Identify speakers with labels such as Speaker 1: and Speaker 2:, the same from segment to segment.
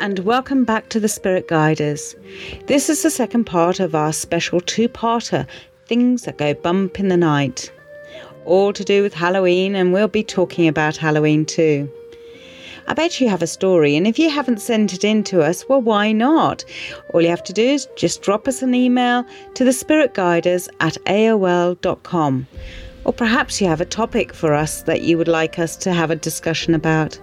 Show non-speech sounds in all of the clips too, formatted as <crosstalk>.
Speaker 1: and welcome back to the Spirit Guiders. This is the second part of our special two parter Things That Go Bump in the Night. All to do with Halloween, and we'll be talking about Halloween too. I bet you have a story, and if you haven't sent it in to us, well, why not? All you have to do is just drop us an email to the spiritguiders at aol.com. Or perhaps you have a topic for us that you would like us to have a discussion about.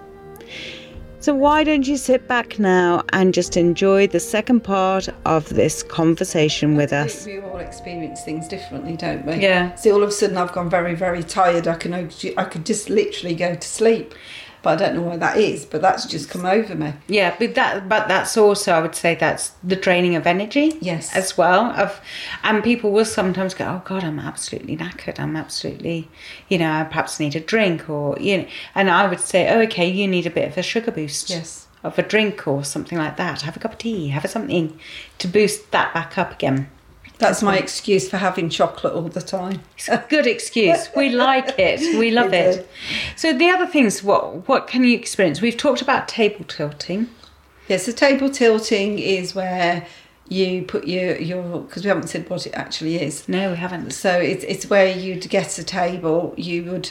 Speaker 1: So, why don't you sit back now and just enjoy the second part of this conversation with us?
Speaker 2: We all experience things differently, don't we?
Speaker 3: Yeah.
Speaker 2: See, all of a sudden, I've gone very, very tired. I can, I could just literally go to sleep, but I don't know why that is. But that's just come over me.
Speaker 3: Yeah, but that but that's also I would say that's the draining of energy.
Speaker 2: Yes.
Speaker 3: As well. Of and people will sometimes go, Oh God, I'm absolutely knackered. I'm absolutely you know, I perhaps need a drink or you know and I would say, Oh, okay, you need a bit of a sugar boost.
Speaker 2: Yes.
Speaker 3: Of a drink or something like that. Have a cup of tea, have something to boost that back up again.
Speaker 2: That's my excuse for having chocolate all the time.
Speaker 3: It's a good excuse. We like it.
Speaker 2: <laughs>
Speaker 3: We love
Speaker 2: We do.
Speaker 3: it. So the other things, what what can you experience? We've talked about table tilting.
Speaker 2: Yes, the table tilting is where you put your your because we haven't said what it actually is.
Speaker 3: No, we haven't.
Speaker 2: So it's it's where you'd get a table. You would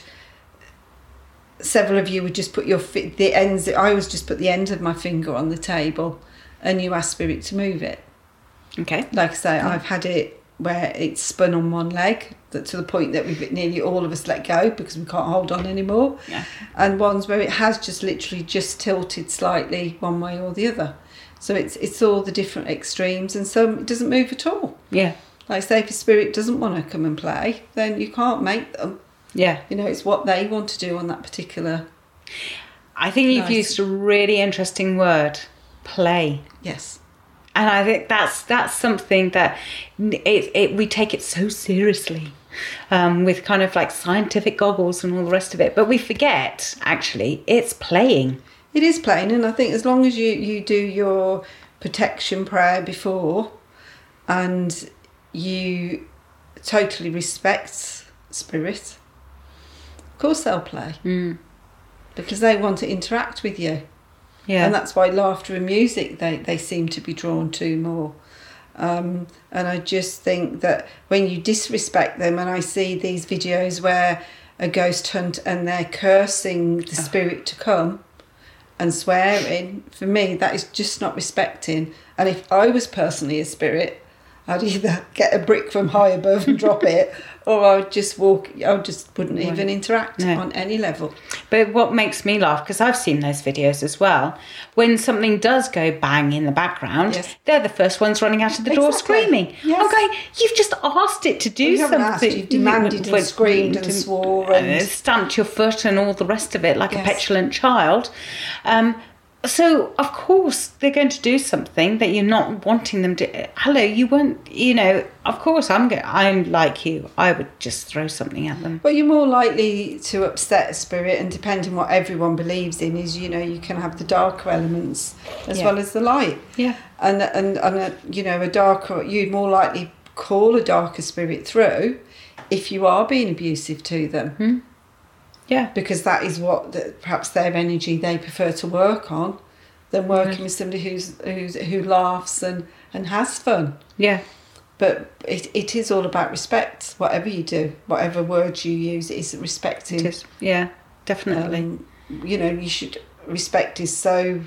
Speaker 2: several of you would just put your fi- the ends. I always just put the end of my finger on the table, and you ask spirit to move it.
Speaker 3: Okay.
Speaker 2: Like I say, I've had it where it's spun on one leg that to the point that we've nearly all of us let go because we can't hold on anymore.
Speaker 3: Yeah.
Speaker 2: And ones where it has just literally just tilted slightly one way or the other. So it's it's all the different extremes, and some it doesn't move at all.
Speaker 3: Yeah.
Speaker 2: Like say, if a spirit doesn't want to come and play, then you can't make them.
Speaker 3: Yeah.
Speaker 2: You know, it's what they want to do on that particular.
Speaker 3: I think you've
Speaker 2: Nice.
Speaker 3: used a really interesting word, play.
Speaker 2: Yes.
Speaker 3: And I think that's that's something that it, it we take it so seriously, um, with kind of like scientific goggles and all the rest of it. But we forget actually it's playing.
Speaker 2: It is plain, and I think as long as you you do your protection prayer before, and you totally respect spirit, of course they'll play because they want to interact with you.
Speaker 3: Yeah.
Speaker 2: and that's why laughter and music they, they seem to be drawn to more um, and i just think that when you disrespect them and i see these videos where a ghost hunt and they're cursing
Speaker 3: Ah.
Speaker 2: the spirit to come and swearing for me that is just not respecting and if i was personally a spirit i'd either get a brick from high above
Speaker 3: <laughs>
Speaker 2: and drop it or i would just walk i just wouldn't even interact
Speaker 3: No.
Speaker 2: on any level
Speaker 3: But what makes me laugh, because I've seen those videos as well, when something does go bang in the background,
Speaker 2: Yes.
Speaker 3: they're the first ones running out of the door
Speaker 2: Exactly.
Speaker 3: screaming.
Speaker 2: Yes.
Speaker 3: I'm going, you've just asked it to do
Speaker 2: you haven't
Speaker 3: something.
Speaker 2: asked, you've demanded
Speaker 3: You
Speaker 2: and
Speaker 3: went-
Speaker 2: screamed and
Speaker 3: didn't-
Speaker 2: swore and-
Speaker 3: uh, stamped your foot and all the rest of it like
Speaker 2: Yes.
Speaker 3: a petulant child. Um, so of course they're going to do something that you're not wanting them to. Hello, you weren't. You know, of course I'm. Go- I'm like you. I would just throw something at them.
Speaker 2: But you're more likely to upset a spirit, and depending what everyone believes in, is you know you can have the darker elements as
Speaker 3: Yeah.
Speaker 2: well as the light.
Speaker 3: Yeah.
Speaker 2: And and and a, you know a darker you'd more likely call a darker spirit through if you are being abusive to them
Speaker 3: Yeah.
Speaker 2: because that is what the, perhaps their energy they prefer to work on than working with somebody who's who's who laughs and and has fun.
Speaker 3: Yeah.
Speaker 2: But it, it is all about respect. Whatever you do, whatever words you use, it is respecting.
Speaker 3: It is. Yeah. Definitely.
Speaker 2: um, you know you should respect is so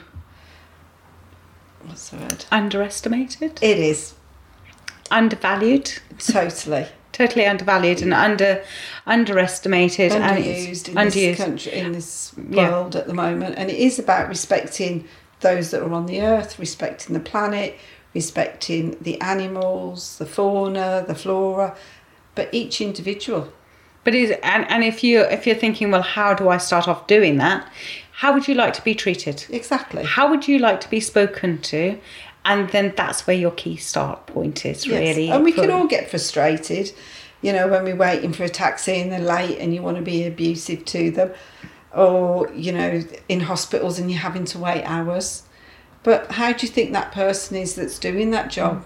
Speaker 2: what's the word
Speaker 3: underestimated,
Speaker 2: it is
Speaker 3: undervalued,
Speaker 2: totally
Speaker 3: totally undervalued, and under underestimated and it's
Speaker 2: underused in
Speaker 3: underused.
Speaker 2: this country in this
Speaker 3: Yeah.
Speaker 2: world at the moment and it is about respecting those that are on the earth respecting the planet respecting the animals the fauna the flora but each individual
Speaker 3: But is and, and if you if you're thinking, well, how do I start off doing that? How would you like to be treated?
Speaker 2: exactly
Speaker 3: How would you like to be spoken to? And then that's where your key start point is
Speaker 2: Yes,
Speaker 3: really.
Speaker 2: And we
Speaker 3: for-
Speaker 2: can all get frustrated, you know, when we're waiting for a taxi and they're late and you want to be abusive to them, or, you know, in hospitals and you're having to wait hours. But how do you think that person is that's doing that
Speaker 3: Mm.
Speaker 2: job?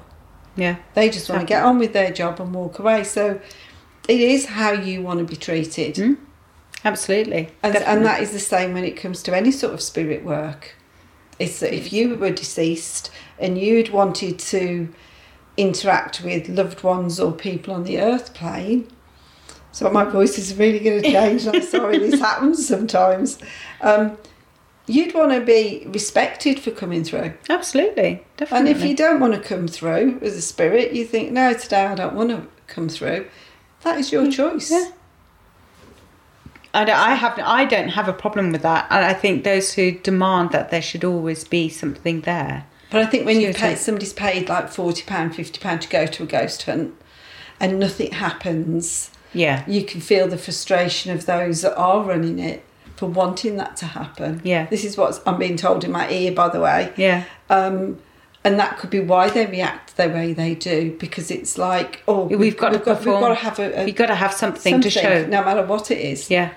Speaker 3: yeah.
Speaker 2: They just want to get on with their job and walk away. So it is how you want to be treated.
Speaker 3: Absolutely.
Speaker 2: And,
Speaker 3: Definitely.
Speaker 2: and that is the same when it comes to any sort of spirit work. is that if you were deceased and you'd wanted to interact with loved ones or people on the earth plane, so my voice is really
Speaker 3: <laughs>
Speaker 2: going to change. I'm sorry, this happens sometimes. Um, you'd want to be respected for coming through.
Speaker 3: Absolutely.
Speaker 2: And
Speaker 3: Definitely.
Speaker 2: if you don't want to come through as a spirit, you think, no, today I don't want to come through. That is your choice.
Speaker 3: Mm, Yeah. I don't, I have I don't have a problem with that, and I think those who demand that there should always be something there.
Speaker 2: But I think when you
Speaker 3: Seriously.
Speaker 2: pay, somebody's paid like £40, £50 to go to a ghost hunt and nothing happens,
Speaker 3: Yeah.
Speaker 2: you can feel the frustration of those that are running it for wanting that to happen.
Speaker 3: Yeah.
Speaker 2: This is what I'm being told in my ear, by the way.
Speaker 3: Yeah.
Speaker 2: Um, and that could be why they react the way they do because it's like, oh,
Speaker 3: We've, got to perform.
Speaker 2: we've got to have a, a
Speaker 3: we've got to have something, to show.
Speaker 2: Uh, something, no matter what it is.
Speaker 3: Yeah.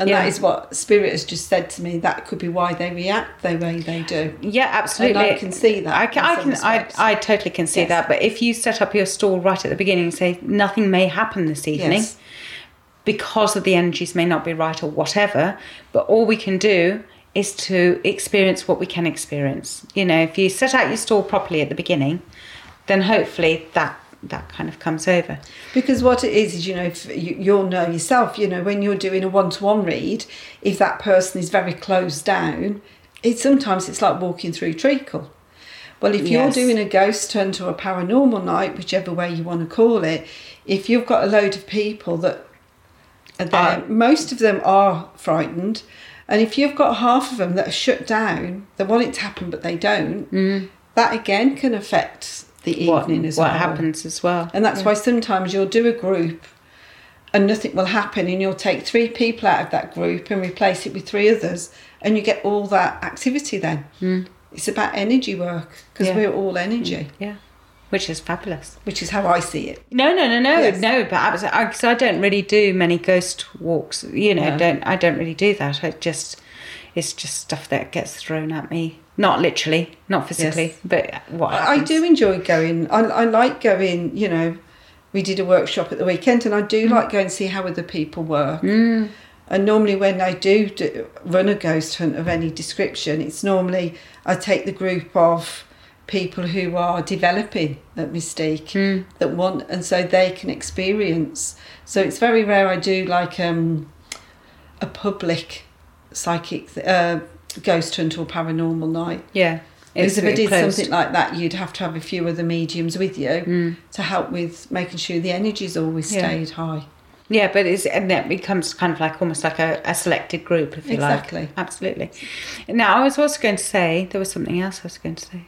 Speaker 2: And
Speaker 3: Yeah.
Speaker 2: that is what Spirit has just said to me. That could be why they react the way they do.
Speaker 3: Yeah, absolutely.
Speaker 2: And I can see that
Speaker 3: I can.
Speaker 2: in
Speaker 3: I,
Speaker 2: some
Speaker 3: can I,
Speaker 2: respects.
Speaker 3: I totally can see
Speaker 2: Yes.
Speaker 3: that. But if you set up your stall right at the beginning and say nothing may happen this evening
Speaker 2: Yes.
Speaker 3: because of the energies may not be right or whatever, but all we can do is to experience what we can experience. You know, if you set out your stall properly at the beginning, then hopefully that that kind of comes over.
Speaker 2: Because what it is is, you know, if you, you'll know yourself. You know, when you're doing a one-to-one read, if that person is very closed down, it sometimes it's like walking through treacle. Well, if
Speaker 3: Yes.
Speaker 2: you're doing a ghost hunt or a paranormal night, whichever way you want to call it, if you've got a load of people that are there,
Speaker 3: Are-
Speaker 2: most of them are frightened, and if you've got half of them that are shut down, they want it to happen but they don't, that again can affect the
Speaker 3: Mm. What,
Speaker 2: evening as
Speaker 3: what
Speaker 2: well.
Speaker 3: happens as well?
Speaker 2: And that's why sometimes you'll do a group and nothing will happen, and you'll take three people out of that group and replace it with three others, and you get all that activity then. Mm. It's about energy work because
Speaker 3: Yeah. Hmm.
Speaker 2: we're all energy,
Speaker 3: Yeah, which is fabulous.
Speaker 2: which is how I see it.
Speaker 3: No, no, no, no,
Speaker 2: Yes.
Speaker 3: no. But absolutely, because I don't really do many ghost walks. You know,
Speaker 2: No.
Speaker 3: don't I don't really do that. I just, it's just stuff that gets thrown at me. Not literally, not physically, but what
Speaker 2: I I
Speaker 3: happens.
Speaker 2: do enjoy going. I, I like going, you know, we did a workshop at the weekend and I do like going and see how other people work. Mm. And normally when I do, do run a ghost hunt of any description, it's normally I take the group of people who are developing at Mystique
Speaker 3: Mm. Hmm,
Speaker 2: that want, and so they can experience. So it's very rare I do like um, a public psychic uh, ghost hunt or paranormal night.
Speaker 3: Yeah,
Speaker 2: Because if I
Speaker 3: very
Speaker 2: did
Speaker 3: closed. Hmm.
Speaker 2: something like that, you'd have to have a few other mediums with you to help with making sure the energy's always
Speaker 3: Yeah.
Speaker 2: stayed high.
Speaker 3: Yeah, but it's and that becomes kind of like almost like a, a selected group, if you
Speaker 2: Exactly.
Speaker 3: like. Absolutely. Now, I was also going to say there was something else I was going to say.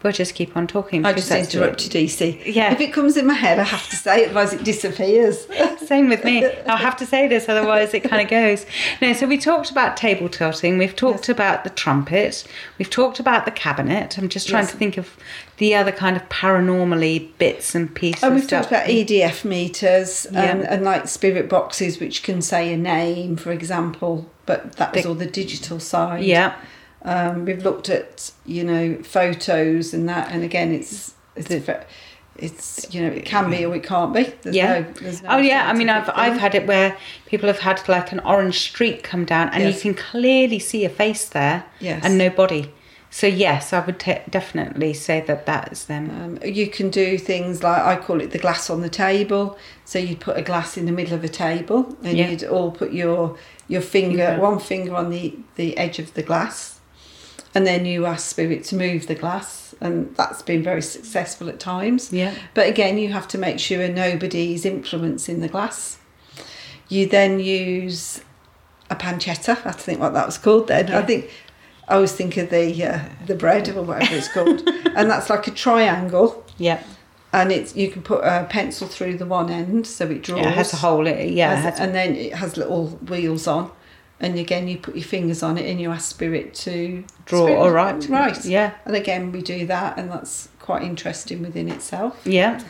Speaker 3: We'll just keep on talking.
Speaker 2: I
Speaker 3: because
Speaker 2: just
Speaker 3: that's-
Speaker 2: interrupted DC.
Speaker 3: Yeah.
Speaker 2: If it comes in my head, I have to say it, otherwise it disappears.
Speaker 3: Same with me. I'll have to say this, otherwise it kind of goes. No, so we talked about table tilting. We've talked about the trumpet. We've talked about the cabinet. I'm just trying
Speaker 2: Yes.
Speaker 3: to think of the other kind of paranormally bits and pieces.
Speaker 2: and Oh, we've
Speaker 3: that-
Speaker 2: talked about E. EDF meters and,
Speaker 3: Yeah.
Speaker 2: and like spirit boxes, which can say a name, for example, but that was all the digital side.
Speaker 3: Yeah,
Speaker 2: Um, we've looked at, you know, photos and that, and again, it's. it's ve- it's you know it can be or it can't be. There's
Speaker 3: yeah.
Speaker 2: no- there's no
Speaker 3: oh yeah. I mean, I've
Speaker 2: scientific thing.
Speaker 3: I've had it where people have had like an orange streak come down, and
Speaker 2: Yes.
Speaker 3: you can clearly see a face there,
Speaker 2: Yes.
Speaker 3: and no body. So yes, I would te- definitely say that that is them.
Speaker 2: Um, you can do things like I call it the glass on the table. So you put a glass in the middle of a table, and
Speaker 3: Yeah.
Speaker 2: you'd all put your your finger,
Speaker 3: Yeah.
Speaker 2: one finger on the the edge of the glass, and then you ask spirit to move the glass, and that's been very successful at times.
Speaker 3: Yeah.
Speaker 2: But again, you have to make sure nobody's influencing the glass. You then use a pancetta. I have to think what that was called then. I think I always think of the uh, the bread or whatever it's
Speaker 3: <laughs>
Speaker 2: called, and that's like a triangle,
Speaker 3: Yeah,
Speaker 2: and it's you can put a pencil through the one end so it draws.
Speaker 3: yeah it has a hole. It, yeah, it
Speaker 2: Has-
Speaker 3: has-
Speaker 2: and then it has little wheels on, and again you put your fingers on it and you ask spirit to
Speaker 3: draw.
Speaker 2: Spirit,
Speaker 3: All right,
Speaker 2: right,
Speaker 3: Yeah,
Speaker 2: And again we do that, and that's quite interesting within itself.
Speaker 3: yeah,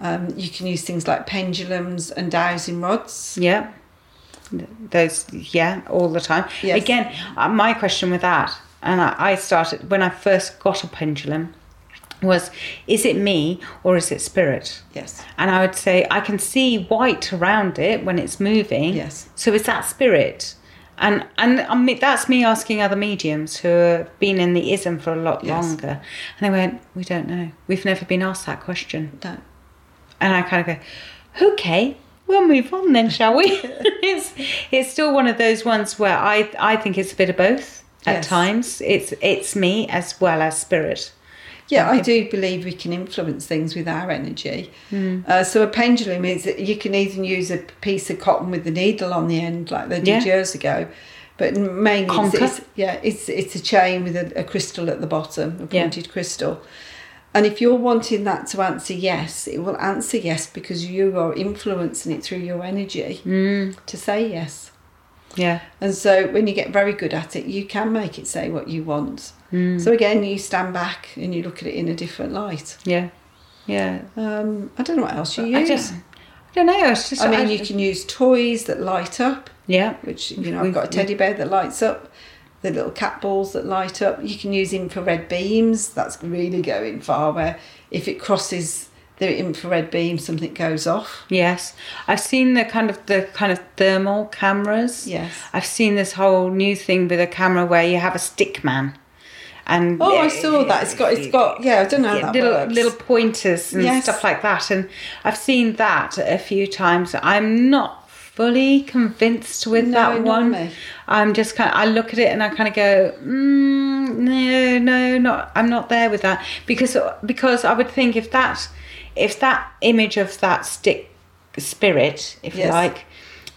Speaker 2: Um, you can use things like pendulums and dowsing rods.
Speaker 3: yeah. Those, yeah, all the time.
Speaker 2: Yes.
Speaker 3: Again, uh, my question with that, and I, I started when I first got a pendulum, was is it me or is it spirit?
Speaker 2: Yes.
Speaker 3: And I would say I can see white around it when it's moving.
Speaker 2: Yes.
Speaker 3: So is that spirit? and and I mean, that's me asking other mediums who have been in the ism for a lot
Speaker 2: Yes.
Speaker 3: longer, and they went, "We don't know. We've never been asked that question."
Speaker 2: No.
Speaker 3: And I kind of go, "Okay, we'll move on then, shall we?" <laughs> it's it's still one of those ones where I I think it's a bit of both at
Speaker 2: Yes.
Speaker 3: times. It's it's me as well as spirit.
Speaker 2: Yeah, I do believe we can influence things with our energy.
Speaker 3: Hmm.
Speaker 2: Uh, so a pendulum is you can even use a piece of cotton with the needle on the end, like they did
Speaker 3: Yeah.
Speaker 2: years ago. But mainly,
Speaker 3: Conker.
Speaker 2: it's, it's- yeah, it's it's a chain with a, a crystal at the bottom, a
Speaker 3: Yeah.
Speaker 2: pointed crystal. And if you're wanting that to answer yes, it will answer yes because you are influencing it through your energy to say yes.
Speaker 3: Yeah.
Speaker 2: And so when you get very good at it, you can make it say what you want.
Speaker 3: Hmm.
Speaker 2: So again, you stand back and you look at it in a different light.
Speaker 3: Yeah. Yeah.
Speaker 2: Um, I don't know what else you use.
Speaker 3: I just I don't know. It's just
Speaker 2: I mean, you can use toys that light up,
Speaker 3: yeah.
Speaker 2: which, you know,
Speaker 3: We've-
Speaker 2: I've got a teddy bear that lights up, the little cat balls that light up. You can use infrared beams. That's really going far where if it crosses the infrared beam, something goes off.
Speaker 3: Yes, I've seen the kind of the kind of thermal cameras.
Speaker 2: Yes.
Speaker 3: I've seen this whole new thing with a camera where you have a stick man, and
Speaker 2: Oh, I saw that. It's got, it's got, yeah, I don't know how
Speaker 3: Yeah,
Speaker 2: that
Speaker 3: little
Speaker 2: works.
Speaker 3: little pointers and
Speaker 2: Yes.
Speaker 3: stuff like that. And I've seen that a few times. I'm not fully convinced with
Speaker 2: No,
Speaker 3: that
Speaker 2: nor
Speaker 3: one.
Speaker 2: me.
Speaker 3: I'm just kind. Of, I look at it and I kind of go, mm, no, no, not. I'm not there with that because because I would think if that if that image of that stick spirit, if you
Speaker 2: Yes.
Speaker 3: like.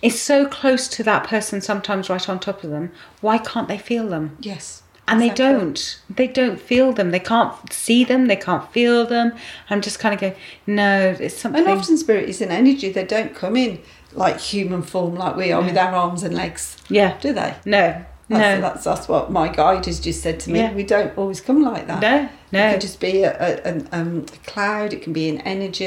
Speaker 3: Is so close to that person, sometimes right on top of them. Why can't they feel them?
Speaker 2: Yes.
Speaker 3: and they
Speaker 2: Exactly.
Speaker 3: don't they don't feel them they can't see them they can't feel them i'm just kind of going no it's something
Speaker 2: And often spirit is an energy. They don't come in like human form, like we are with our arms and legs,
Speaker 3: yeah
Speaker 2: do they?
Speaker 3: no
Speaker 2: That's,
Speaker 3: no
Speaker 2: that's that's what my guide has just said to me.
Speaker 3: Yeah.
Speaker 2: We don't always come like that.
Speaker 3: No, no.
Speaker 2: It can just be a, a, an, um, a cloud. It can be an energy.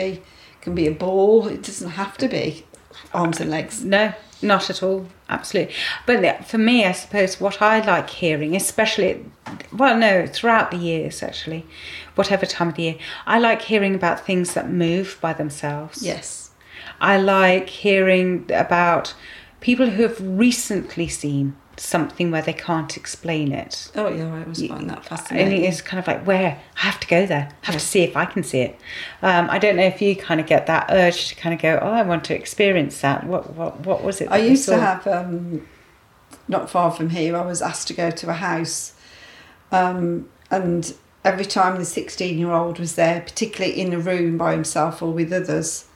Speaker 2: It can be a ball. It doesn't have to be arms and legs.
Speaker 3: no not at all absolutely but the- for me i suppose what i like hearing especially well no throughout the years actually whatever time of the year i like hearing about things that move by themselves
Speaker 2: Yes.
Speaker 3: I like hearing about people who have recently seen something where they can't explain it.
Speaker 2: Oh yeah, I always find that
Speaker 3: And
Speaker 2: fascinating.
Speaker 3: it's kind of like, where? I have to go there. I have
Speaker 2: Yeah.
Speaker 3: to see if I can see it. Um, I don't know if you kind of get that urge to kind of go, oh, I want to experience that. What what, what was it?
Speaker 2: I
Speaker 3: that we
Speaker 2: used to
Speaker 3: saw?
Speaker 2: have um, not far from here. I was asked to go to a house, um, and every time the sixteen-year-old was there, particularly in a room by himself or with others,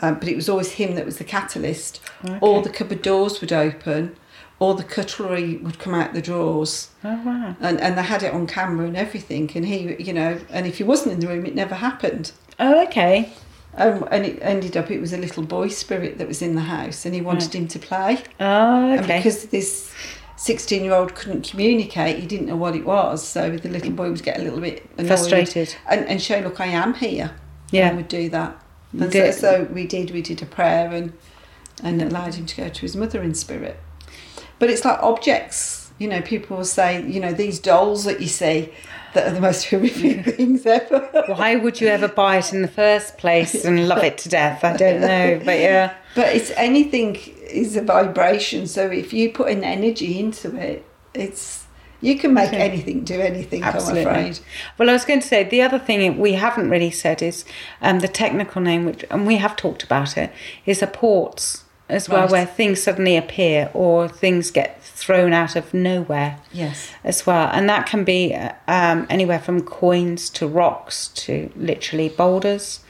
Speaker 2: um, but it was always him that was the catalyst. All the cupboard doors would open, all the cutlery would come out the drawers,
Speaker 3: Oh, wow.
Speaker 2: and and they had it on camera and everything. And he, you know, and if he wasn't in the room, it never happened.
Speaker 3: Oh, okay.
Speaker 2: Um, and it ended up it was a little boy spirit that was in the house, and he wanted him to play.
Speaker 3: Oh,
Speaker 2: And
Speaker 3: okay.
Speaker 2: because this 16 year old couldn't communicate, he didn't know what it was. So the little boy would get a little bit annoyed
Speaker 3: Frustrated.
Speaker 2: And, and show, look, I am here.
Speaker 3: Yeah.
Speaker 2: And would do that. And so,
Speaker 3: Did-
Speaker 2: so we did, we did a prayer and, and allowed him to go to his mother in spirit. But it's like objects. You know, people will say, you know, these dolls that you see that are the most <laughs> horrific things ever.
Speaker 3: Why would you ever buy it in the first place
Speaker 2: <laughs>
Speaker 3: and love it to death? I don't know, but yeah.
Speaker 2: But it's anything is a vibration. So if you put an energy into it, it's you can make anything do anything. I'm afraid.
Speaker 3: Well, I was going to say the other thing we haven't really said is um, the technical name, which and we have talked about it, is a ports as well,
Speaker 2: Right.
Speaker 3: where things suddenly appear or things get thrown out of nowhere.
Speaker 2: Yes.
Speaker 3: As well, and that can be uh, um, anywhere from coins to rocks to literally boulders,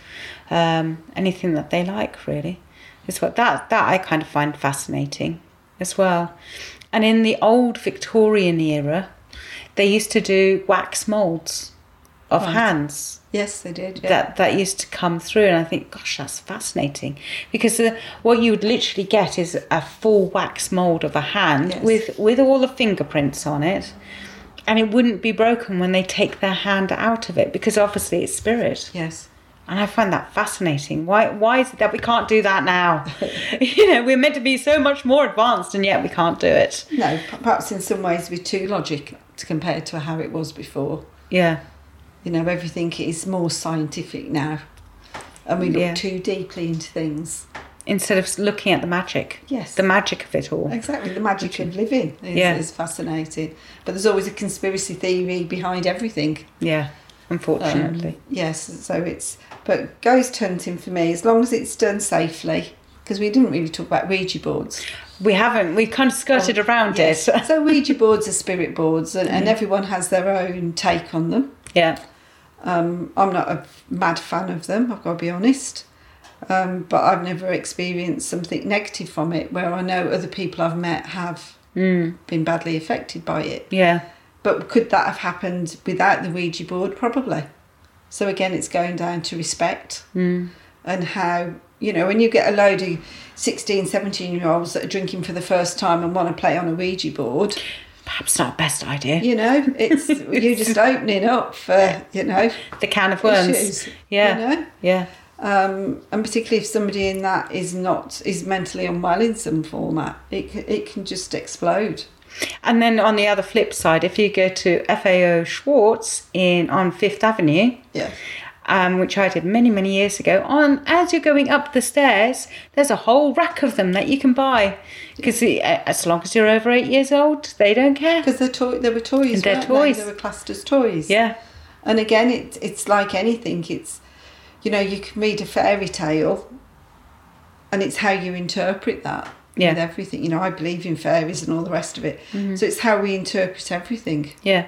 Speaker 3: um, anything that they like really. Is what that that I kind of find fascinating as well. And in the old Victorian era, they used to do wax molds of hands
Speaker 2: Yes, they did. Yeah.
Speaker 3: that that used to come through and i think gosh that's fascinating because uh, what you would literally get is a full wax mold of a hand
Speaker 2: Yes.
Speaker 3: with with all the fingerprints on it and it wouldn't be broken when they take their hand out of it because obviously it's spirit
Speaker 2: Yes.
Speaker 3: and i find that fascinating why why is it that we can't do that
Speaker 2: <laughs>
Speaker 3: now <laughs> you know we're meant to be so much more advanced and yet we can't do it
Speaker 2: No, p- perhaps in some ways we're too logic to compare to how it was before.
Speaker 3: yeah
Speaker 2: You know, everything is more scientific now, and we look
Speaker 3: Yeah.
Speaker 2: too deeply into things.
Speaker 3: instead of looking at the magic.
Speaker 2: Yes.
Speaker 3: The magic of it all.
Speaker 2: Exactly, the magic of living is,
Speaker 3: Yeah.
Speaker 2: is fascinating. But there's always a conspiracy theory behind everything.
Speaker 3: Yeah,
Speaker 2: Um,
Speaker 3: unfortunately.
Speaker 2: yes, so it's but ghost hunting for me, as long as it's done safely, because we didn't really talk about Ouija boards.
Speaker 3: we haven't. We kind of skirted around
Speaker 2: Oh, Yes.
Speaker 3: it.
Speaker 2: so Ouija boards are spirit boards, and, and everyone has their own take on them.
Speaker 3: <laughs> yeah.
Speaker 2: Um, I'm not a mad fan of them, I've got to be honest. Um, but I've never experienced something negative from it, where I know other people I've met have been badly affected by it.
Speaker 3: Yeah.
Speaker 2: But could that have happened without the Ouija board? Probably. So again, it's going down to respect
Speaker 3: Hmm.
Speaker 2: and how, you know, when you get a load of 16, 17 year olds that are drinking for the first time and want to play on a Ouija board,
Speaker 3: Perhaps not best idea.
Speaker 2: you know,
Speaker 3: <laughs>
Speaker 2: it's you're just opening up for, you know,
Speaker 3: The can of worms.
Speaker 2: issues.
Speaker 3: yeah.
Speaker 2: You know?
Speaker 3: Yeah.
Speaker 2: um, and particularly if somebody in that is not is mentally unwell in some format, it c- it can just explode.
Speaker 3: And then on the other flip side, if you go to FAO Schwartz in on Fifth Avenue,
Speaker 2: Yeah.
Speaker 3: um, which I did many many years ago, on as you're going up the stairs, there's a whole rack of them that you can buy because as long as you're over eight years old, they don't care.
Speaker 2: Because they're toy, they were toys.
Speaker 3: And they're
Speaker 2: weren't
Speaker 3: toys.
Speaker 2: They? they were classed as toys.
Speaker 3: Yeah.
Speaker 2: And again, it, it's like anything. It's you know you can read a fairy tale, and it's how you interpret that.
Speaker 3: Yeah.
Speaker 2: With everything, you know, I believe in fairies and all the rest of it. So it's how we interpret everything.
Speaker 3: Yeah.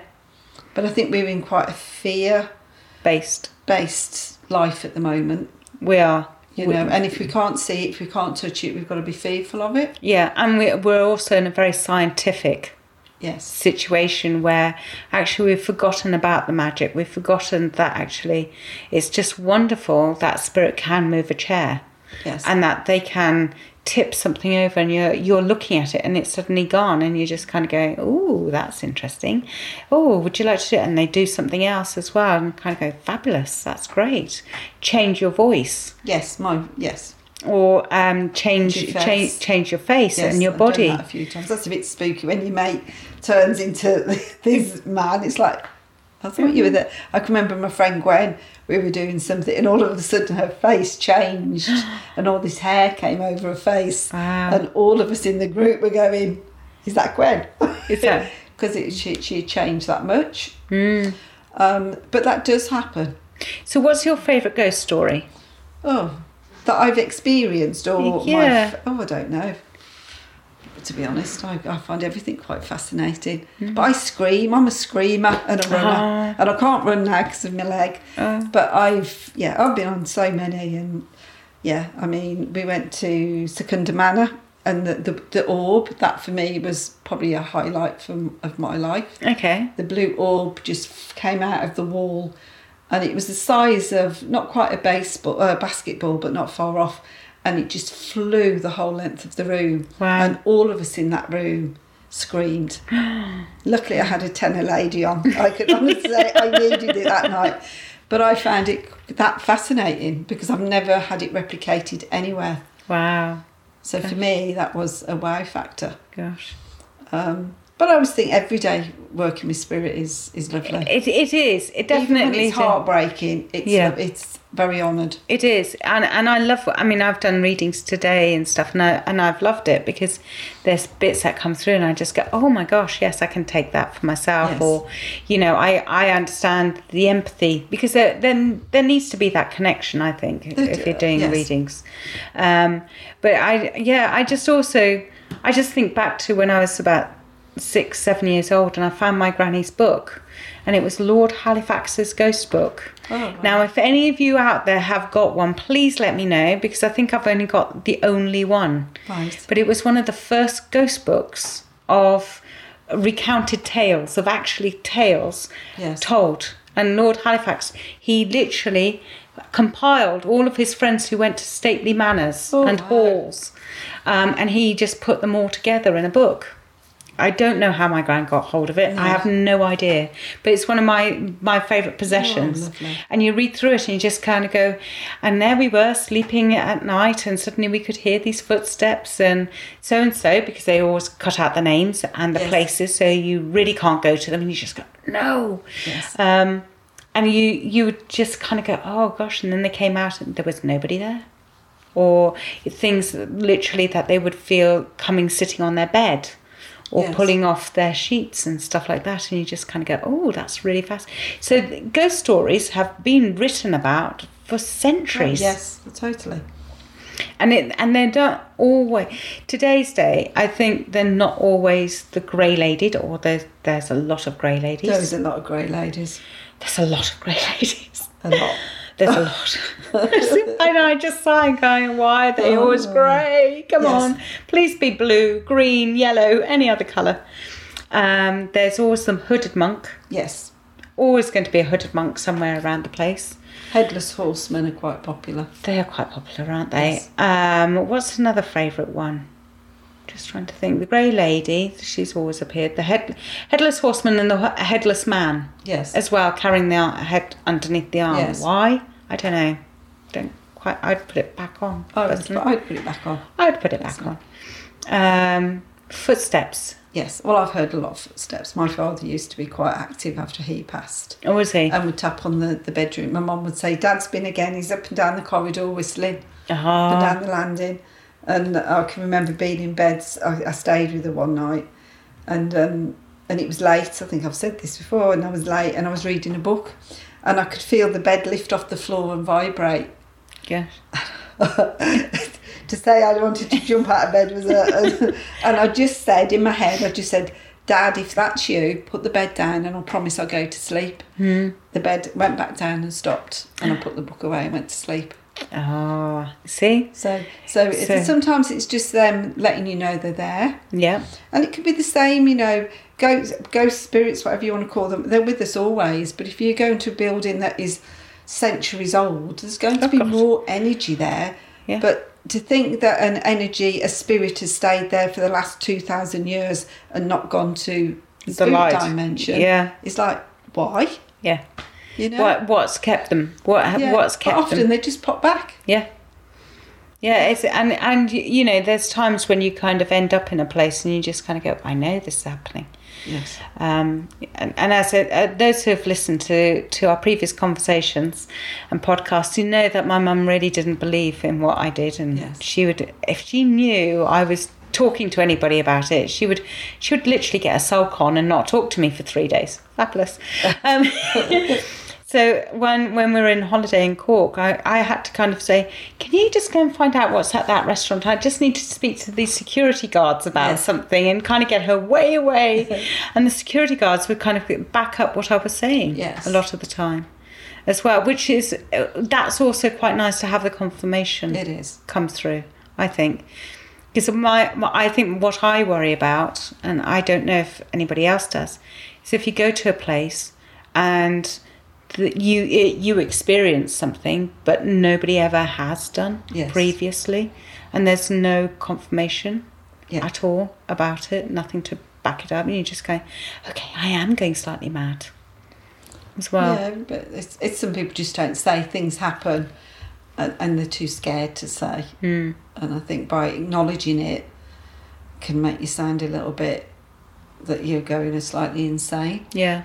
Speaker 2: But I think we're in quite a fear-based
Speaker 3: Based.
Speaker 2: life at the moment.
Speaker 3: We are.
Speaker 2: You know, and if we can't see it, if we can't touch it, we've got to be fearful of it.
Speaker 3: Yeah, and we, we're also in a very scientific
Speaker 2: Yes.
Speaker 3: situation where actually we've forgotten about the magic. We've forgotten that actually it's just wonderful that spirit can move a chair.
Speaker 2: Yes.
Speaker 3: And that they can tip something over and you're you're looking at it and it's suddenly gone and you're just kind of going, Oh, that's interesting. Oh, would you like to do it? And they do something else as well and kind of go, Fabulous, that's great. Change your voice
Speaker 2: Yes. My yes.
Speaker 3: or um, change
Speaker 2: Your face.
Speaker 3: change change your face
Speaker 2: yes.
Speaker 3: and your
Speaker 2: I've done
Speaker 3: body.
Speaker 2: that a few times. That's a bit spooky when your mate turns into <laughs> this man. It's like I thought you were
Speaker 3: Mm-hmm.
Speaker 2: there. I can remember my friend Gwen. We were doing something, and all of a sudden her
Speaker 3: <gasps>
Speaker 2: face changed, and all this hair came over her face,
Speaker 3: Wow.
Speaker 2: and all of us in the group were going, "Is that Gwen?"
Speaker 3: Is
Speaker 2: <laughs>
Speaker 3: that- Mm.
Speaker 2: because she she changed that much? Um, but that does happen.
Speaker 3: So, what's your favourite ghost story?
Speaker 2: Oh, that I've experienced or my
Speaker 3: Yeah.
Speaker 2: f- oh, I don't know. To be honest, I, I find everything quite fascinating. But I scream. I'm a screamer and a runner, and I can't run now because of my leg. But I've yeah, I've been on so many, and yeah, I mean, we went to Secunda Manor, and the the, the orb that for me was probably a highlight from of my life
Speaker 3: Okay.
Speaker 2: the blue orb just came out of the wall and it was the size of not quite a baseball uh, basketball but not far off and it just flew the whole length of the room
Speaker 3: Wow.
Speaker 2: and all of us in that room screamed luckily i had a tenor lady on i could honestly say i needed it that night but i found it that fascinating because i've never had it replicated anywhere
Speaker 3: Wow.
Speaker 2: so for me that was a wow factor
Speaker 3: Gosh.
Speaker 2: um, but i always think every day working with spirit is is lovely
Speaker 3: It, it is. It
Speaker 2: Even when
Speaker 3: definitely
Speaker 2: it's heartbreaking. It's
Speaker 3: Yeah.
Speaker 2: it's very honoured.
Speaker 3: It is, and and I love. I mean, I've done readings today and stuff, and I and I've loved it because there's bits that come through, and I just go, oh my gosh, yes, I can take that for myself,
Speaker 2: Yes.
Speaker 3: or you know, I I understand the empathy because there, then there needs to be that connection. I think if you're doing
Speaker 2: yes.
Speaker 3: readings, um, but I yeah, I just also I just think back to when I was about six seven years old and i found my granny's book and it was lord halifax's ghost book
Speaker 2: wow.
Speaker 3: now, if any of you out there have got one, please let me know because I think I've only got the only one.
Speaker 2: Right.
Speaker 3: But it was one of the first ghost books of recounted tales, of actually tales
Speaker 2: Yes.
Speaker 3: told. And Lord Halifax, he literally compiled all of his friends who went to stately manors
Speaker 2: Oh,
Speaker 3: and
Speaker 2: wow.
Speaker 3: halls, um, and he just put them all together in a book. I don't know how my gran got hold of it. I have no idea. But it's one of my my favourite possessions.
Speaker 2: Oh, lovely.
Speaker 3: and you read through it and you just kind of go, and there we were sleeping at night, and suddenly we could hear these footsteps and so and so because they always cut out the names and the
Speaker 2: Yes.
Speaker 3: places, so you really can't go to them, and you just go no. Um, and you you would just kind of go oh gosh, and then they came out and there was nobody there or things that- literally that they would feel coming sitting on their bed or
Speaker 2: Yes.
Speaker 3: pulling off their sheets and stuff like that and you just kind of go oh that's really fast so th- ghost stories have been written about for centuries
Speaker 2: Yes, totally.
Speaker 3: and it and they don't always today's day i think they're not always the grey ladied or there's there's a lot of grey ladies
Speaker 2: There's a lot of grey ladies.
Speaker 3: there's a lot of grey <laughs> ladies
Speaker 2: A lot.
Speaker 3: there's a lot <laughs> and Oh. i just sigh and going why are they always grey come
Speaker 2: Oh. Yes.
Speaker 3: on please be blue green yellow any other colour um, there's always some hooded monk
Speaker 2: Yes.
Speaker 3: always going to be a hooded monk somewhere around the place
Speaker 2: Headless horsemen are quite popular.
Speaker 3: They are quite popular, aren't they?
Speaker 2: Yes.
Speaker 3: Um, what's another favourite one? Just trying to think. The Grey Lady, she's always appeared. The head, Headless Horseman and the Ho- Headless Man
Speaker 2: Yes.
Speaker 3: as well, carrying the ar- head underneath the arm.
Speaker 2: Yes.
Speaker 3: Why? I don't know. Don't quite. I'd put it back on.
Speaker 2: I would,
Speaker 3: personally.
Speaker 2: I'd put it back on.
Speaker 3: I'd put it back on. Um, footsteps.
Speaker 2: Yes. Well, I've heard a lot of footsteps. My father used to be quite active after he passed.
Speaker 3: Oh, was he?
Speaker 2: and would tap on the, the bedroom. My mum would say, Dad's been again, he's up and down the corridor whistling, up and
Speaker 3: Ah,
Speaker 2: down the landing. And I can remember being in bed, I, I stayed with her one night, and um, and it was late, I think I've said this before, and I was late and I was reading a book, and I could feel the bed lift off the floor and vibrate. <laughs>
Speaker 3: gosh.
Speaker 2: to say I wanted to jump out of bed was a, <laughs> and I just said in my head, I just said, Dad, if that's you, put the bed down and I'll promise I'll go to sleep.
Speaker 3: Hmm.
Speaker 2: Mm. The bed went back down and stopped, and I put the book away and went to sleep.
Speaker 3: Ah, see?
Speaker 2: So, so, it's-
Speaker 3: So-
Speaker 2: sometimes it's just them letting you know they're there,
Speaker 3: Yeah.
Speaker 2: and it could be the same, you know, ghost, ghost spirits, whatever you want to call them. They're with us always, but if you go into a building that is centuries old, there's going to
Speaker 3: Of
Speaker 2: be
Speaker 3: course.
Speaker 2: more energy there.
Speaker 3: Yeah.
Speaker 2: But to think that an energy, a spirit has stayed there for the last 2,000 years and not gone to the spirit
Speaker 3: light.
Speaker 2: dimension,
Speaker 3: Yeah.
Speaker 2: it's like, why?
Speaker 3: Yeah.
Speaker 2: You know?
Speaker 3: What? What's kept them? What?
Speaker 2: Yeah.
Speaker 3: What's kept
Speaker 2: but often
Speaker 3: them?
Speaker 2: they just pop back.
Speaker 3: Yeah. Yeah, it's and and y- you know, there's times when you kind of end up in a place and you just kind of go, I know this is happening.
Speaker 2: Yes.
Speaker 3: Um, and, and as I, uh, those who have listened to, to our previous conversations and podcasts, you know that my mum really didn't believe in what I did, and
Speaker 2: Yes.
Speaker 3: she would, if she knew I was talking to anybody about it, she would, she would literally get a sulk on and not talk to me for three days. Fabulous. Um, so when when we were in holiday in Cork, I, I had to kind of say, can you just go and find out what's at that restaurant? I just need to speak to these security guards about
Speaker 2: Yes.
Speaker 3: something and kind of get her way
Speaker 2: <laughs>
Speaker 3: away. and the security guards would kind of back up what I was saying
Speaker 2: Yes.
Speaker 3: a lot of the time as well, which is uh, that's also quite nice to have the confirmation
Speaker 2: It is.
Speaker 3: come through. I think because my, my I think what I worry about, and I don't know if anybody else does, is if you go to a place and the, you it, you experience something, but nobody ever has done
Speaker 2: Yes.
Speaker 3: previously, and there's no confirmation
Speaker 2: Yeah.
Speaker 3: at all about it, nothing to back it up, and you just go, okay, I am going slightly mad as well.
Speaker 2: Yeah, but it's, it's some people just don't say things happen and, and they're too scared to say.
Speaker 3: Hmm.
Speaker 2: Mm. And I think by acknowledging it can make you sound a little bit that you're going a slightly insane.
Speaker 3: yeah.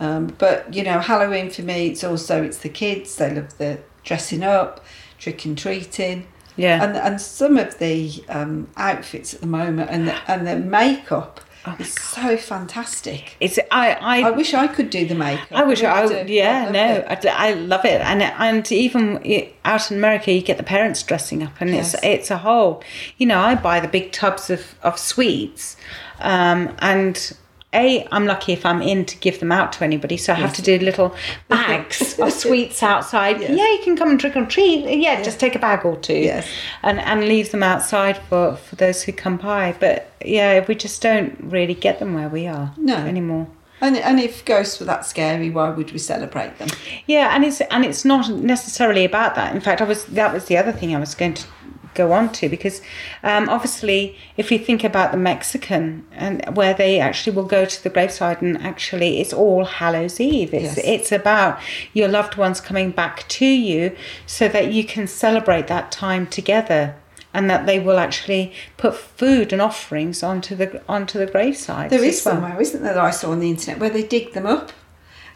Speaker 2: Um, but you know, Halloween for me, it's also it's the kids. They love the dressing up, trick and treating,
Speaker 3: Yeah.
Speaker 2: and and some of the um, outfits at the moment and the, and the makeup
Speaker 3: Oh my
Speaker 2: is so fantastic.
Speaker 3: It's I I,
Speaker 2: I wish I could do the
Speaker 3: <laughs>
Speaker 2: makeup.
Speaker 3: I wish I,
Speaker 2: really
Speaker 3: would.
Speaker 2: do.
Speaker 3: Yeah,
Speaker 2: love
Speaker 3: no,
Speaker 2: it.
Speaker 3: I, I love it, and and even i- out in America, you get the parents dressing up, and
Speaker 2: Yes.
Speaker 3: it's it's a whole. You know, I buy the big tubs of of sweets, um, and. A, I'm lucky if I'm in to give them out to anybody, so I have to do
Speaker 2: <laughs>
Speaker 3: little bags of sweets outside.
Speaker 2: Yes.
Speaker 3: Yeah, you can come and trick or treat. Yeah, just take a bag or two,
Speaker 2: Yes.
Speaker 3: and and leave them outside for for those who come by. But yeah, we just don't really get them where we are
Speaker 2: No.
Speaker 3: anymore.
Speaker 2: And, and if ghosts were that scary, why would we celebrate them?
Speaker 3: Yeah, and it's and it's not necessarily about that. In fact, I was that was the other thing I was going to go on to because um, obviously, if you think about the Mexican and where they actually will go to the graveside and actually it's all Hallows Eve. It's
Speaker 2: Yes.
Speaker 3: it's about your loved ones coming back to you so that you can celebrate that time together. And that they will actually put food and offerings onto the onto the graveside.
Speaker 2: There is somewhere, isn't there, that I saw on the internet where they dig them up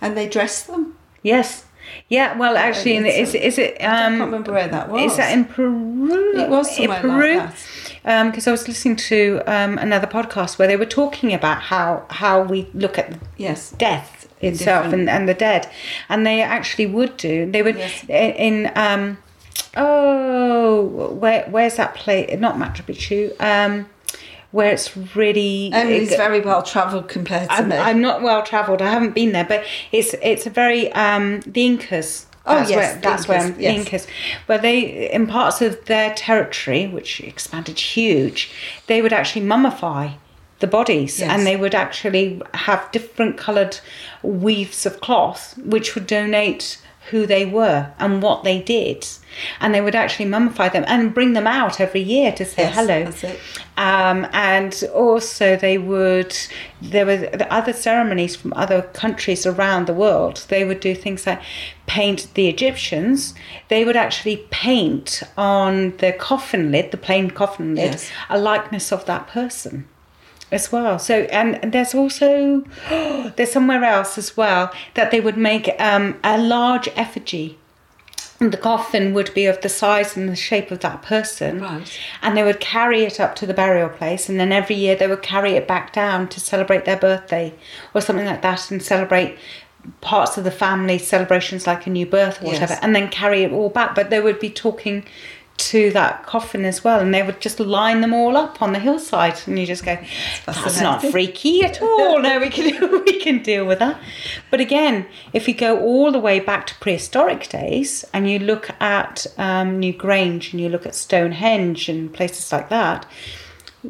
Speaker 2: and they dress them.
Speaker 3: Yes. Yeah, well, actually, in the,
Speaker 2: it's,
Speaker 3: is, is it? Um,
Speaker 2: I can't remember where that was.
Speaker 3: Is that in Peru?
Speaker 2: It was
Speaker 3: in
Speaker 2: somewhere
Speaker 3: Peru.
Speaker 2: like
Speaker 3: Because I was listening to um, another podcast where they were talking about how how we look at
Speaker 2: yes.
Speaker 3: death itself
Speaker 2: Different.
Speaker 3: and, and the dead, and they actually would do. They would
Speaker 2: Yes.
Speaker 3: in, in um, oh where where's that place? Not Machu Picchu. Um, where it's really
Speaker 2: Emily's Um, very well travelled compared to
Speaker 3: I'm,
Speaker 2: me.
Speaker 3: I'm not well travelled. I haven't been there, but it's it's a very um, the Incas.
Speaker 2: Oh,
Speaker 3: that's
Speaker 2: yes,
Speaker 3: where,
Speaker 2: the
Speaker 3: that's where
Speaker 2: Incas,
Speaker 3: I'm, the
Speaker 2: yes.
Speaker 3: Incas. Where they in parts of their territory, which expanded huge, they would actually mummify the bodies,
Speaker 2: Yes.
Speaker 3: and they would actually have different coloured weaves of cloth, which would donate who they were and what they did, and they would actually mummify them and bring them out every year to say
Speaker 2: Yes,
Speaker 3: hello.
Speaker 2: that's it.
Speaker 3: Um, and also, they would, there were the other ceremonies from other countries around the world. They would do things like paint the Egyptians, they would actually paint on the coffin lid, the plain coffin lid,
Speaker 2: Yes.
Speaker 3: a likeness of that person as well. So, and and there's also, <gasps> there's somewhere else as well that they would make um, a large effigy. And the coffin would be of the size and the shape of that person.
Speaker 2: Right.
Speaker 3: And they would carry it up to the burial place, and then every year they would carry it back down to celebrate their birthday or something like that and celebrate parts of the family celebrations like a new birth or whatever,
Speaker 2: Yes.
Speaker 3: and then carry it all back. But they would be talking to that coffin as well, and they would just line them all up on the hillside, and you just go, "That's not
Speaker 2: fascinating."
Speaker 3: freaky at all." No, we can <laughs> we can deal with that. But again, if you go all the way back to prehistoric days, and you look at um, New Grange, and you look at Stonehenge, and places like that.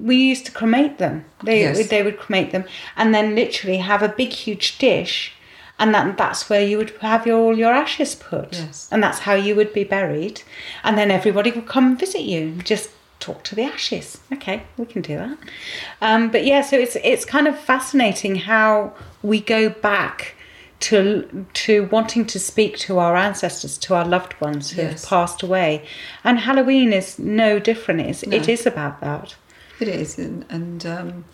Speaker 3: We used to cremate them. They
Speaker 2: Yes.
Speaker 3: they would cremate them, and then literally have a big huge dish, and that that's where you would have your all your ashes put
Speaker 2: Yes.
Speaker 3: and that's how you would be buried. And then everybody would come visit you, and just talk to the ashes. Okay, we can do that. Um, but yeah, so it's it's kind of fascinating how we go back to to wanting to speak to our ancestors, to our loved ones who
Speaker 2: Yes.
Speaker 3: have passed away, and Halloween is no different. It's, It
Speaker 2: No.
Speaker 3: is about that.
Speaker 2: It is, and, and um,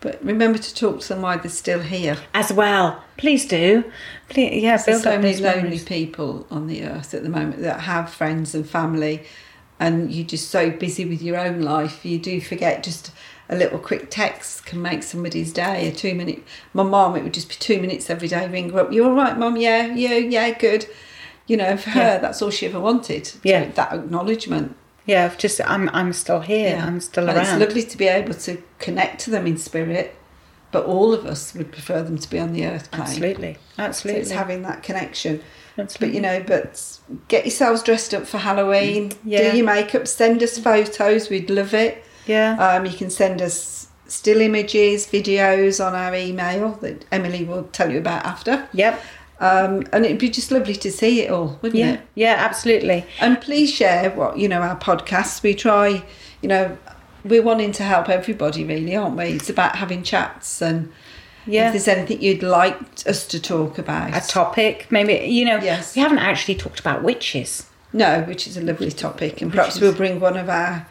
Speaker 2: but remember to talk to them while they're still here.
Speaker 3: As well, please do, please, yeah, build
Speaker 2: There's so
Speaker 3: up
Speaker 2: many
Speaker 3: these
Speaker 2: lonely
Speaker 3: memories.
Speaker 2: people on the earth at the moment that have friends and family, and you're just so busy with your own life, you do forget just a little quick text can make somebody's day. A two minute, my mom, it would just be two minutes every day. Ring her up. You all right, mom? Yeah, yeah, yeah, good. You know, for her, that's all she ever wanted.
Speaker 3: Yeah.
Speaker 2: that acknowledgement.
Speaker 3: Yeah, of just I'm I'm still here. I'm still
Speaker 2: And
Speaker 3: around.
Speaker 2: It's lovely to be able to connect to them in spirit, but all of us would prefer them to be on the earth plane.
Speaker 3: Absolutely,
Speaker 2: So
Speaker 3: absolutely.
Speaker 2: it's having that connection.
Speaker 3: Absolutely.
Speaker 2: But you know, but get yourselves dressed up for Halloween.
Speaker 3: Mm, Yeah.
Speaker 2: Do your makeup. Send us photos. We'd love it.
Speaker 3: Yeah.
Speaker 2: Um, you can send us still images, videos on our email that Emily will tell you about after.
Speaker 3: Yep.
Speaker 2: Um, and it'd be just lovely to see it all, wouldn't
Speaker 3: Yeah.
Speaker 2: it?
Speaker 3: Yeah, absolutely.
Speaker 2: And please share what you know our podcasts. We try, you know, we're wanting to help everybody, really, aren't we? It's about having chats and
Speaker 3: Yeah.
Speaker 2: if there's anything you'd like us to talk about,
Speaker 3: A topic, maybe, you know,
Speaker 2: Yes.
Speaker 3: we haven't actually talked about witches.
Speaker 2: no, which is a lovely topic, and perhaps we'll bring one of our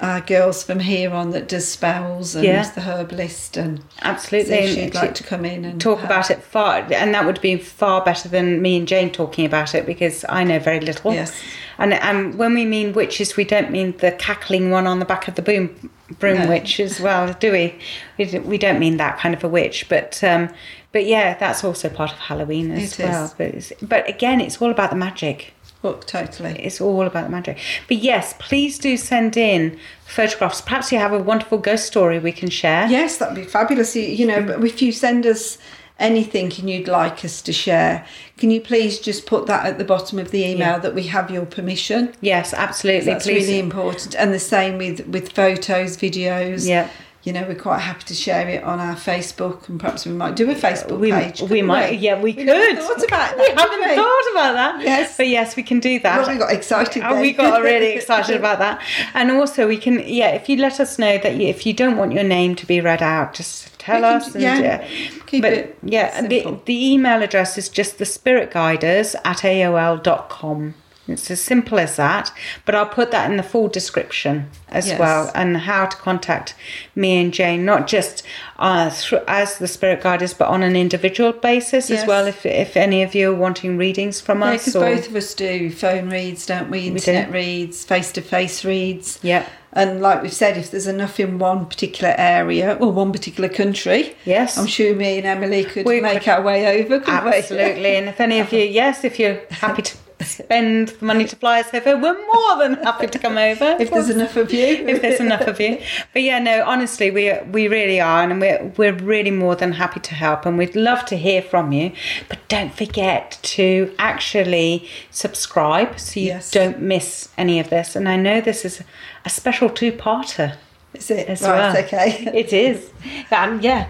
Speaker 2: our girls from here on that does spells and
Speaker 3: Yeah.
Speaker 2: the herbalist and see
Speaker 3: Absolutely.
Speaker 2: if
Speaker 3: and
Speaker 2: she'd like to come in and
Speaker 3: talk about it far, and that would be far better than me and Jane talking about it because I know very little.
Speaker 2: Yes.
Speaker 3: And, and when we mean witches, we don't mean the cackling one on the back of the boom, broom
Speaker 2: No.
Speaker 3: witch as well, do we? we? d- We don't mean that kind of a witch, but um, but yeah, that's also part of Halloween as
Speaker 2: It is.
Speaker 3: well. But, it's, but again, it's all about the magic.
Speaker 2: Look, totally.
Speaker 3: It's all about the magic. But yes, please do send in photographs. Perhaps you have a wonderful ghost story we can share.
Speaker 2: Yes, that'd be fabulous. You, you know, but if you send us anything and you'd like us to share, can you please just put that at the bottom of the email that we have your permission?
Speaker 3: Yes, absolutely.
Speaker 2: That's
Speaker 3: please.
Speaker 2: really important. And the same with with photos, videos.
Speaker 3: Yeah.
Speaker 2: You know, we're quite happy to share it on our Facebook, and perhaps we might do a Facebook
Speaker 3: we,
Speaker 2: page.
Speaker 3: we
Speaker 2: couldn't
Speaker 3: might, yeah, we,
Speaker 2: We
Speaker 3: could.
Speaker 2: never
Speaker 3: <laughs>
Speaker 2: thought about that,
Speaker 3: We
Speaker 2: did
Speaker 3: haven't
Speaker 2: we?
Speaker 3: thought about that.
Speaker 2: Yes.
Speaker 3: but yes, we can do that.
Speaker 2: Well, we got excited
Speaker 3: And
Speaker 2: then.
Speaker 3: we
Speaker 2: <laughs>
Speaker 3: got really excited about that. And also, we can, yeah, if you let us know that you, if you don't want your name to be read out, just tell
Speaker 2: We can-
Speaker 3: us. and, uh,
Speaker 2: yeah, keep
Speaker 3: but
Speaker 2: it
Speaker 3: yeah, the,
Speaker 2: simple.
Speaker 3: the email address is just the spiritguiders at aol.com. It's as simple as that. But I'll put that in the full description as
Speaker 2: Yes.
Speaker 3: well and how to contact me and Jane, not just uh, thr as the spirit guiders, but on an individual basis
Speaker 2: Yes.
Speaker 3: as well. If, if any of you are wanting readings from
Speaker 2: Yeah,
Speaker 3: us,
Speaker 2: because
Speaker 3: or,
Speaker 2: both of us do phone reads, don't we?
Speaker 3: do.
Speaker 2: Internet reads, face to face reads.
Speaker 3: Yep.
Speaker 2: And like we've said, if there's enough in one particular area or one particular country,
Speaker 3: Yes.
Speaker 2: I'm sure me and Emily could
Speaker 3: We
Speaker 2: make
Speaker 3: could-
Speaker 2: our way over, couldn't we?
Speaker 3: Absolutely. And if any of you, yes, if you're happy to spend the money to fly us over, we're more than happy to come over.
Speaker 2: <laughs> if there's enough of you.
Speaker 3: if there's enough of you. But yeah, no, honestly, we we really are, and we're we're really more than happy to help, and we'd love to hear from you. But don't forget to actually subscribe so you
Speaker 2: Yes.
Speaker 3: don't miss any of this. And I know this is a special two-parter
Speaker 2: That's it.
Speaker 3: as
Speaker 2: right,
Speaker 3: well. <laughs>
Speaker 2: okay.
Speaker 3: it is. Um, yeah,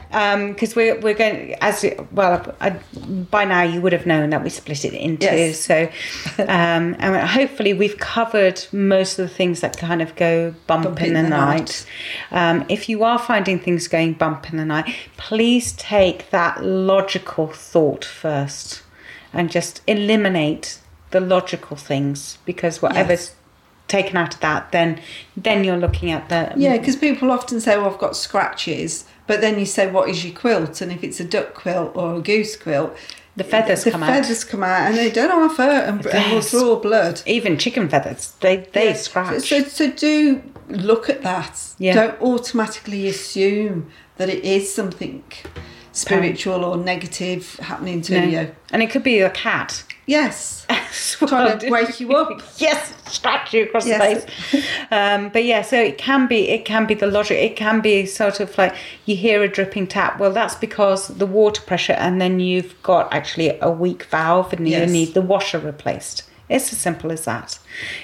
Speaker 3: because we're we're going as well. I, by now, you would have known that we split it into.
Speaker 2: Yes.
Speaker 3: So, um, <laughs> and hopefully, we've covered most of the things that kind of go bump, in, the, night. Um, if you are finding things going bump in the night, please take that logical thought first, and just eliminate the logical things because whatever's taken out of that then then you're looking at the
Speaker 2: <laughs> Yeah, because people often say, well, I've got scratches. But then you say, what is your quilt? And if it's a duck quilt or a goose quilt,
Speaker 3: The feathers
Speaker 2: the
Speaker 3: come out.
Speaker 2: feathers come out and they don't half hurt and, and will
Speaker 3: Yes.
Speaker 2: draw blood.
Speaker 3: even chicken feathers they they
Speaker 2: Yeah.
Speaker 3: scratch
Speaker 2: So, so, so do look at that.
Speaker 3: Yeah.
Speaker 2: Don't automatically assume that it is something spiritual or negative happening to
Speaker 3: No.
Speaker 2: you.
Speaker 3: and it could be a cat <laughs>
Speaker 2: Yes.
Speaker 3: as
Speaker 2: Trying to
Speaker 3: well.
Speaker 2: wake you up.
Speaker 3: <laughs> yes scratch you across
Speaker 2: Yes.
Speaker 3: the face um but yeah so it can be it can be the logic it can be sort of like you hear a dripping tap well that's because the water pressure and then you've got actually a weak valve and
Speaker 2: Yes.
Speaker 3: you need the washer replaced it's as simple as that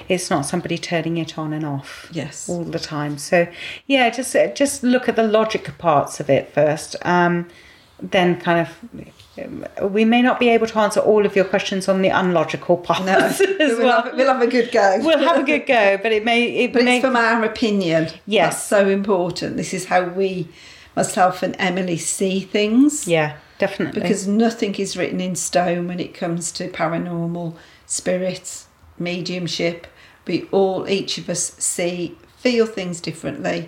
Speaker 3: it's not somebody turning it on and off
Speaker 2: Yes.
Speaker 3: all the time so yeah just uh, just look at the logic parts of it first um then kind of um, we may not be able to answer all of your questions on the unlogical <laughs> parts
Speaker 2: No.
Speaker 3: as
Speaker 2: we'll,
Speaker 3: well.
Speaker 2: have, we'll have a good go.
Speaker 3: We'll have a good go, but it may it
Speaker 2: but
Speaker 3: may
Speaker 2: it's from our opinion.
Speaker 3: Yes.
Speaker 2: That's so important. This is how we, myself and Emily, see things.
Speaker 3: yeah definitely
Speaker 2: Because nothing is written in stone when it comes to paranormal, spirits, mediumship. We all, each of us, see, feel things differently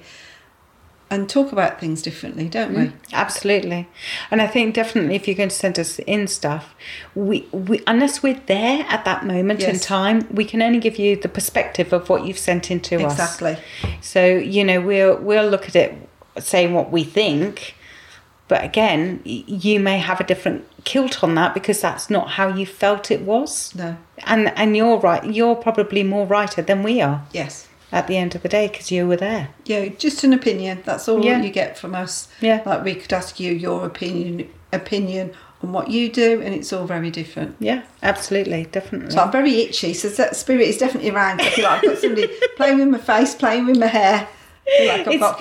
Speaker 2: and talk about things differently, don't
Speaker 3: Mm.
Speaker 2: we?
Speaker 3: absolutely, and I think definitely if you're going to send us in stuff, we, we unless we're there at that moment in
Speaker 2: Yes.
Speaker 3: time, we can only give you the perspective of what you've sent in to us.
Speaker 2: Exactly.
Speaker 3: So you know we'll we'll look at it saying what we think, but again y- you may have a different kilt on that because that's not how you felt it was.
Speaker 2: No.
Speaker 3: And and you're right. You're probably more righter than we are
Speaker 2: Yes.
Speaker 3: at the end of the day because you were there.
Speaker 2: Yeah, just an opinion. That's all
Speaker 3: Yeah.
Speaker 2: you get from us.
Speaker 3: Yeah.
Speaker 2: Like we could ask you your opinion opinion on what you do and it's all very different.
Speaker 3: Yeah, absolutely, definitely.
Speaker 2: So I'm very itchy, so that spirit is definitely around. I feel like I've
Speaker 3: <laughs>
Speaker 2: got somebody playing with my face, playing with my hair. I feel like I've got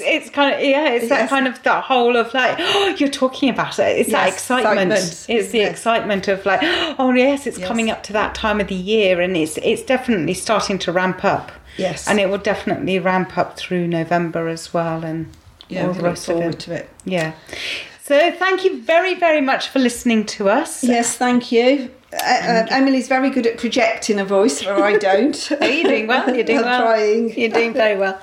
Speaker 3: It's, it's kind of yeah. It's that
Speaker 2: Yes.
Speaker 3: kind of that whole of like <gasps> oh, you're talking about it. It's that
Speaker 2: Yes,
Speaker 3: excitement.
Speaker 2: excitement,
Speaker 3: It's the
Speaker 2: isn't it?
Speaker 3: excitement of like <gasps> oh yes, it's
Speaker 2: Yes.
Speaker 3: coming up to that time of the year, and it's it's definitely starting to ramp up.
Speaker 2: Yes.
Speaker 3: and it will definitely ramp up through November as well, and
Speaker 2: yeah,
Speaker 3: all
Speaker 2: we
Speaker 3: the
Speaker 2: look
Speaker 3: rest of
Speaker 2: forward
Speaker 3: it.
Speaker 2: to it.
Speaker 3: Yeah. So thank you very very much for listening to us.
Speaker 2: Yes, thank you. Uh, uh, Emily's very good at projecting a voice where I don't.
Speaker 3: <laughs> Oh, you're doing well. You're doing
Speaker 2: <laughs> I'm
Speaker 3: well.
Speaker 2: trying.
Speaker 3: You're doing very well.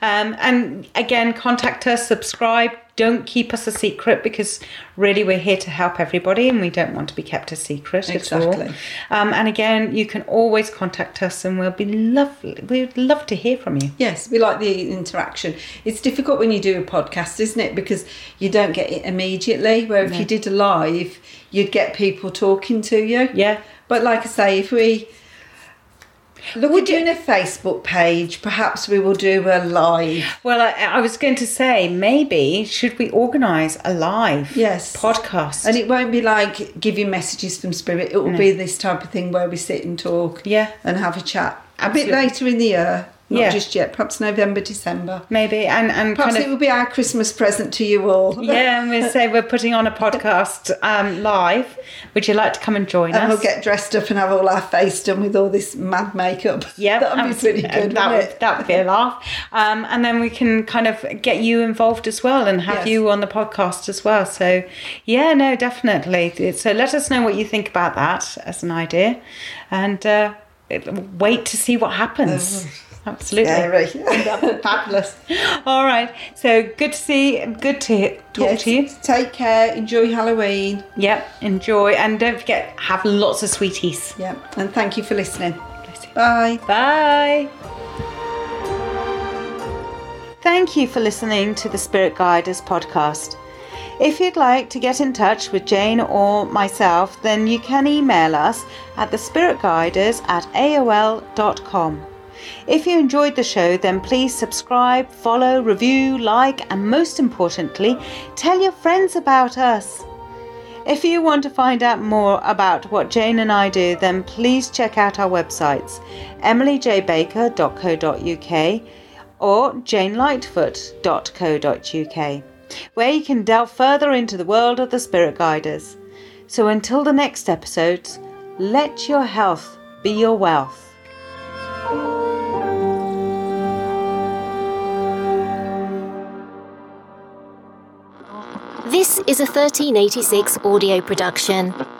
Speaker 3: Um, and again, contact us, subscribe. Don't keep us a secret because really we're here to help everybody and we don't want to be kept a secret at
Speaker 2: Exactly.
Speaker 3: all. Um, and again, you can always contact us and we'll be lovely. We'd love to hear from you.
Speaker 2: Yes, we like the interaction. It's difficult when you do a podcast, isn't it? Because you don't get it immediately. Where if you did a live, you'd get people talking to you.
Speaker 3: Yeah.
Speaker 2: But like I say, if we look at doing a Facebook page, perhaps we will do a live.
Speaker 3: Well, I, I was going to say maybe should we organise a live
Speaker 2: Yes.
Speaker 3: podcast?
Speaker 2: And it won't be like giving messages from spirit. It will be this type of thing where we sit and talk
Speaker 3: Yeah.
Speaker 2: and have a chat. A
Speaker 3: Absolutely.
Speaker 2: bit later in the year, not
Speaker 3: Yeah.
Speaker 2: just yet, perhaps November, December.
Speaker 3: maybe and and
Speaker 2: Perhaps
Speaker 3: kind
Speaker 2: it
Speaker 3: of.
Speaker 2: will be our Christmas present to you all. <laughs>
Speaker 3: Yeah, and we'll say we're putting on a podcast um, live. Would you like to come and join us?
Speaker 2: And we'll get dressed up and have all our face done with all this mad makeup.
Speaker 3: Yeah,
Speaker 2: <laughs> that'd be
Speaker 3: <laughs>
Speaker 2: pretty
Speaker 3: absolutely.
Speaker 2: good.
Speaker 3: That
Speaker 2: wouldn't
Speaker 3: would,
Speaker 2: it?
Speaker 3: that would be a laugh. Um, and then we can kind of get you involved as well and have
Speaker 2: Yes.
Speaker 3: you on the podcast as well. So, yeah, no, definitely. So let us know what you think about that as an idea. And uh, wait to see what happens.
Speaker 2: Oh.
Speaker 3: Absolutely. <laughs>
Speaker 2: <laughs> Scary.
Speaker 3: Fabulous. <laughs> All right. So good to see, good to talk
Speaker 2: <laughs> Yes,
Speaker 3: to you.
Speaker 2: Take care. Enjoy Halloween.
Speaker 3: Yep. Enjoy. And don't forget, have lots of sweeties.
Speaker 2: Yeah. And thank you for listening. Bye.
Speaker 3: Bye. Thank you for listening to the Spirit Guiders podcast. If you'd like to get in touch with Jane or myself, then you can email us at thespiritguiders at aol.com. If you enjoyed the show, then please subscribe, follow, review, like, and most importantly, tell your friends about us. If you want to find out more about what Jane and I do, then please check out our websites emilyjbaker.co.uk or janelightfoot.co.uk, where you can delve further into the world of the spirit guiders. So until the next episode, let your health be your wealth.
Speaker 4: This is a 1386 audio production.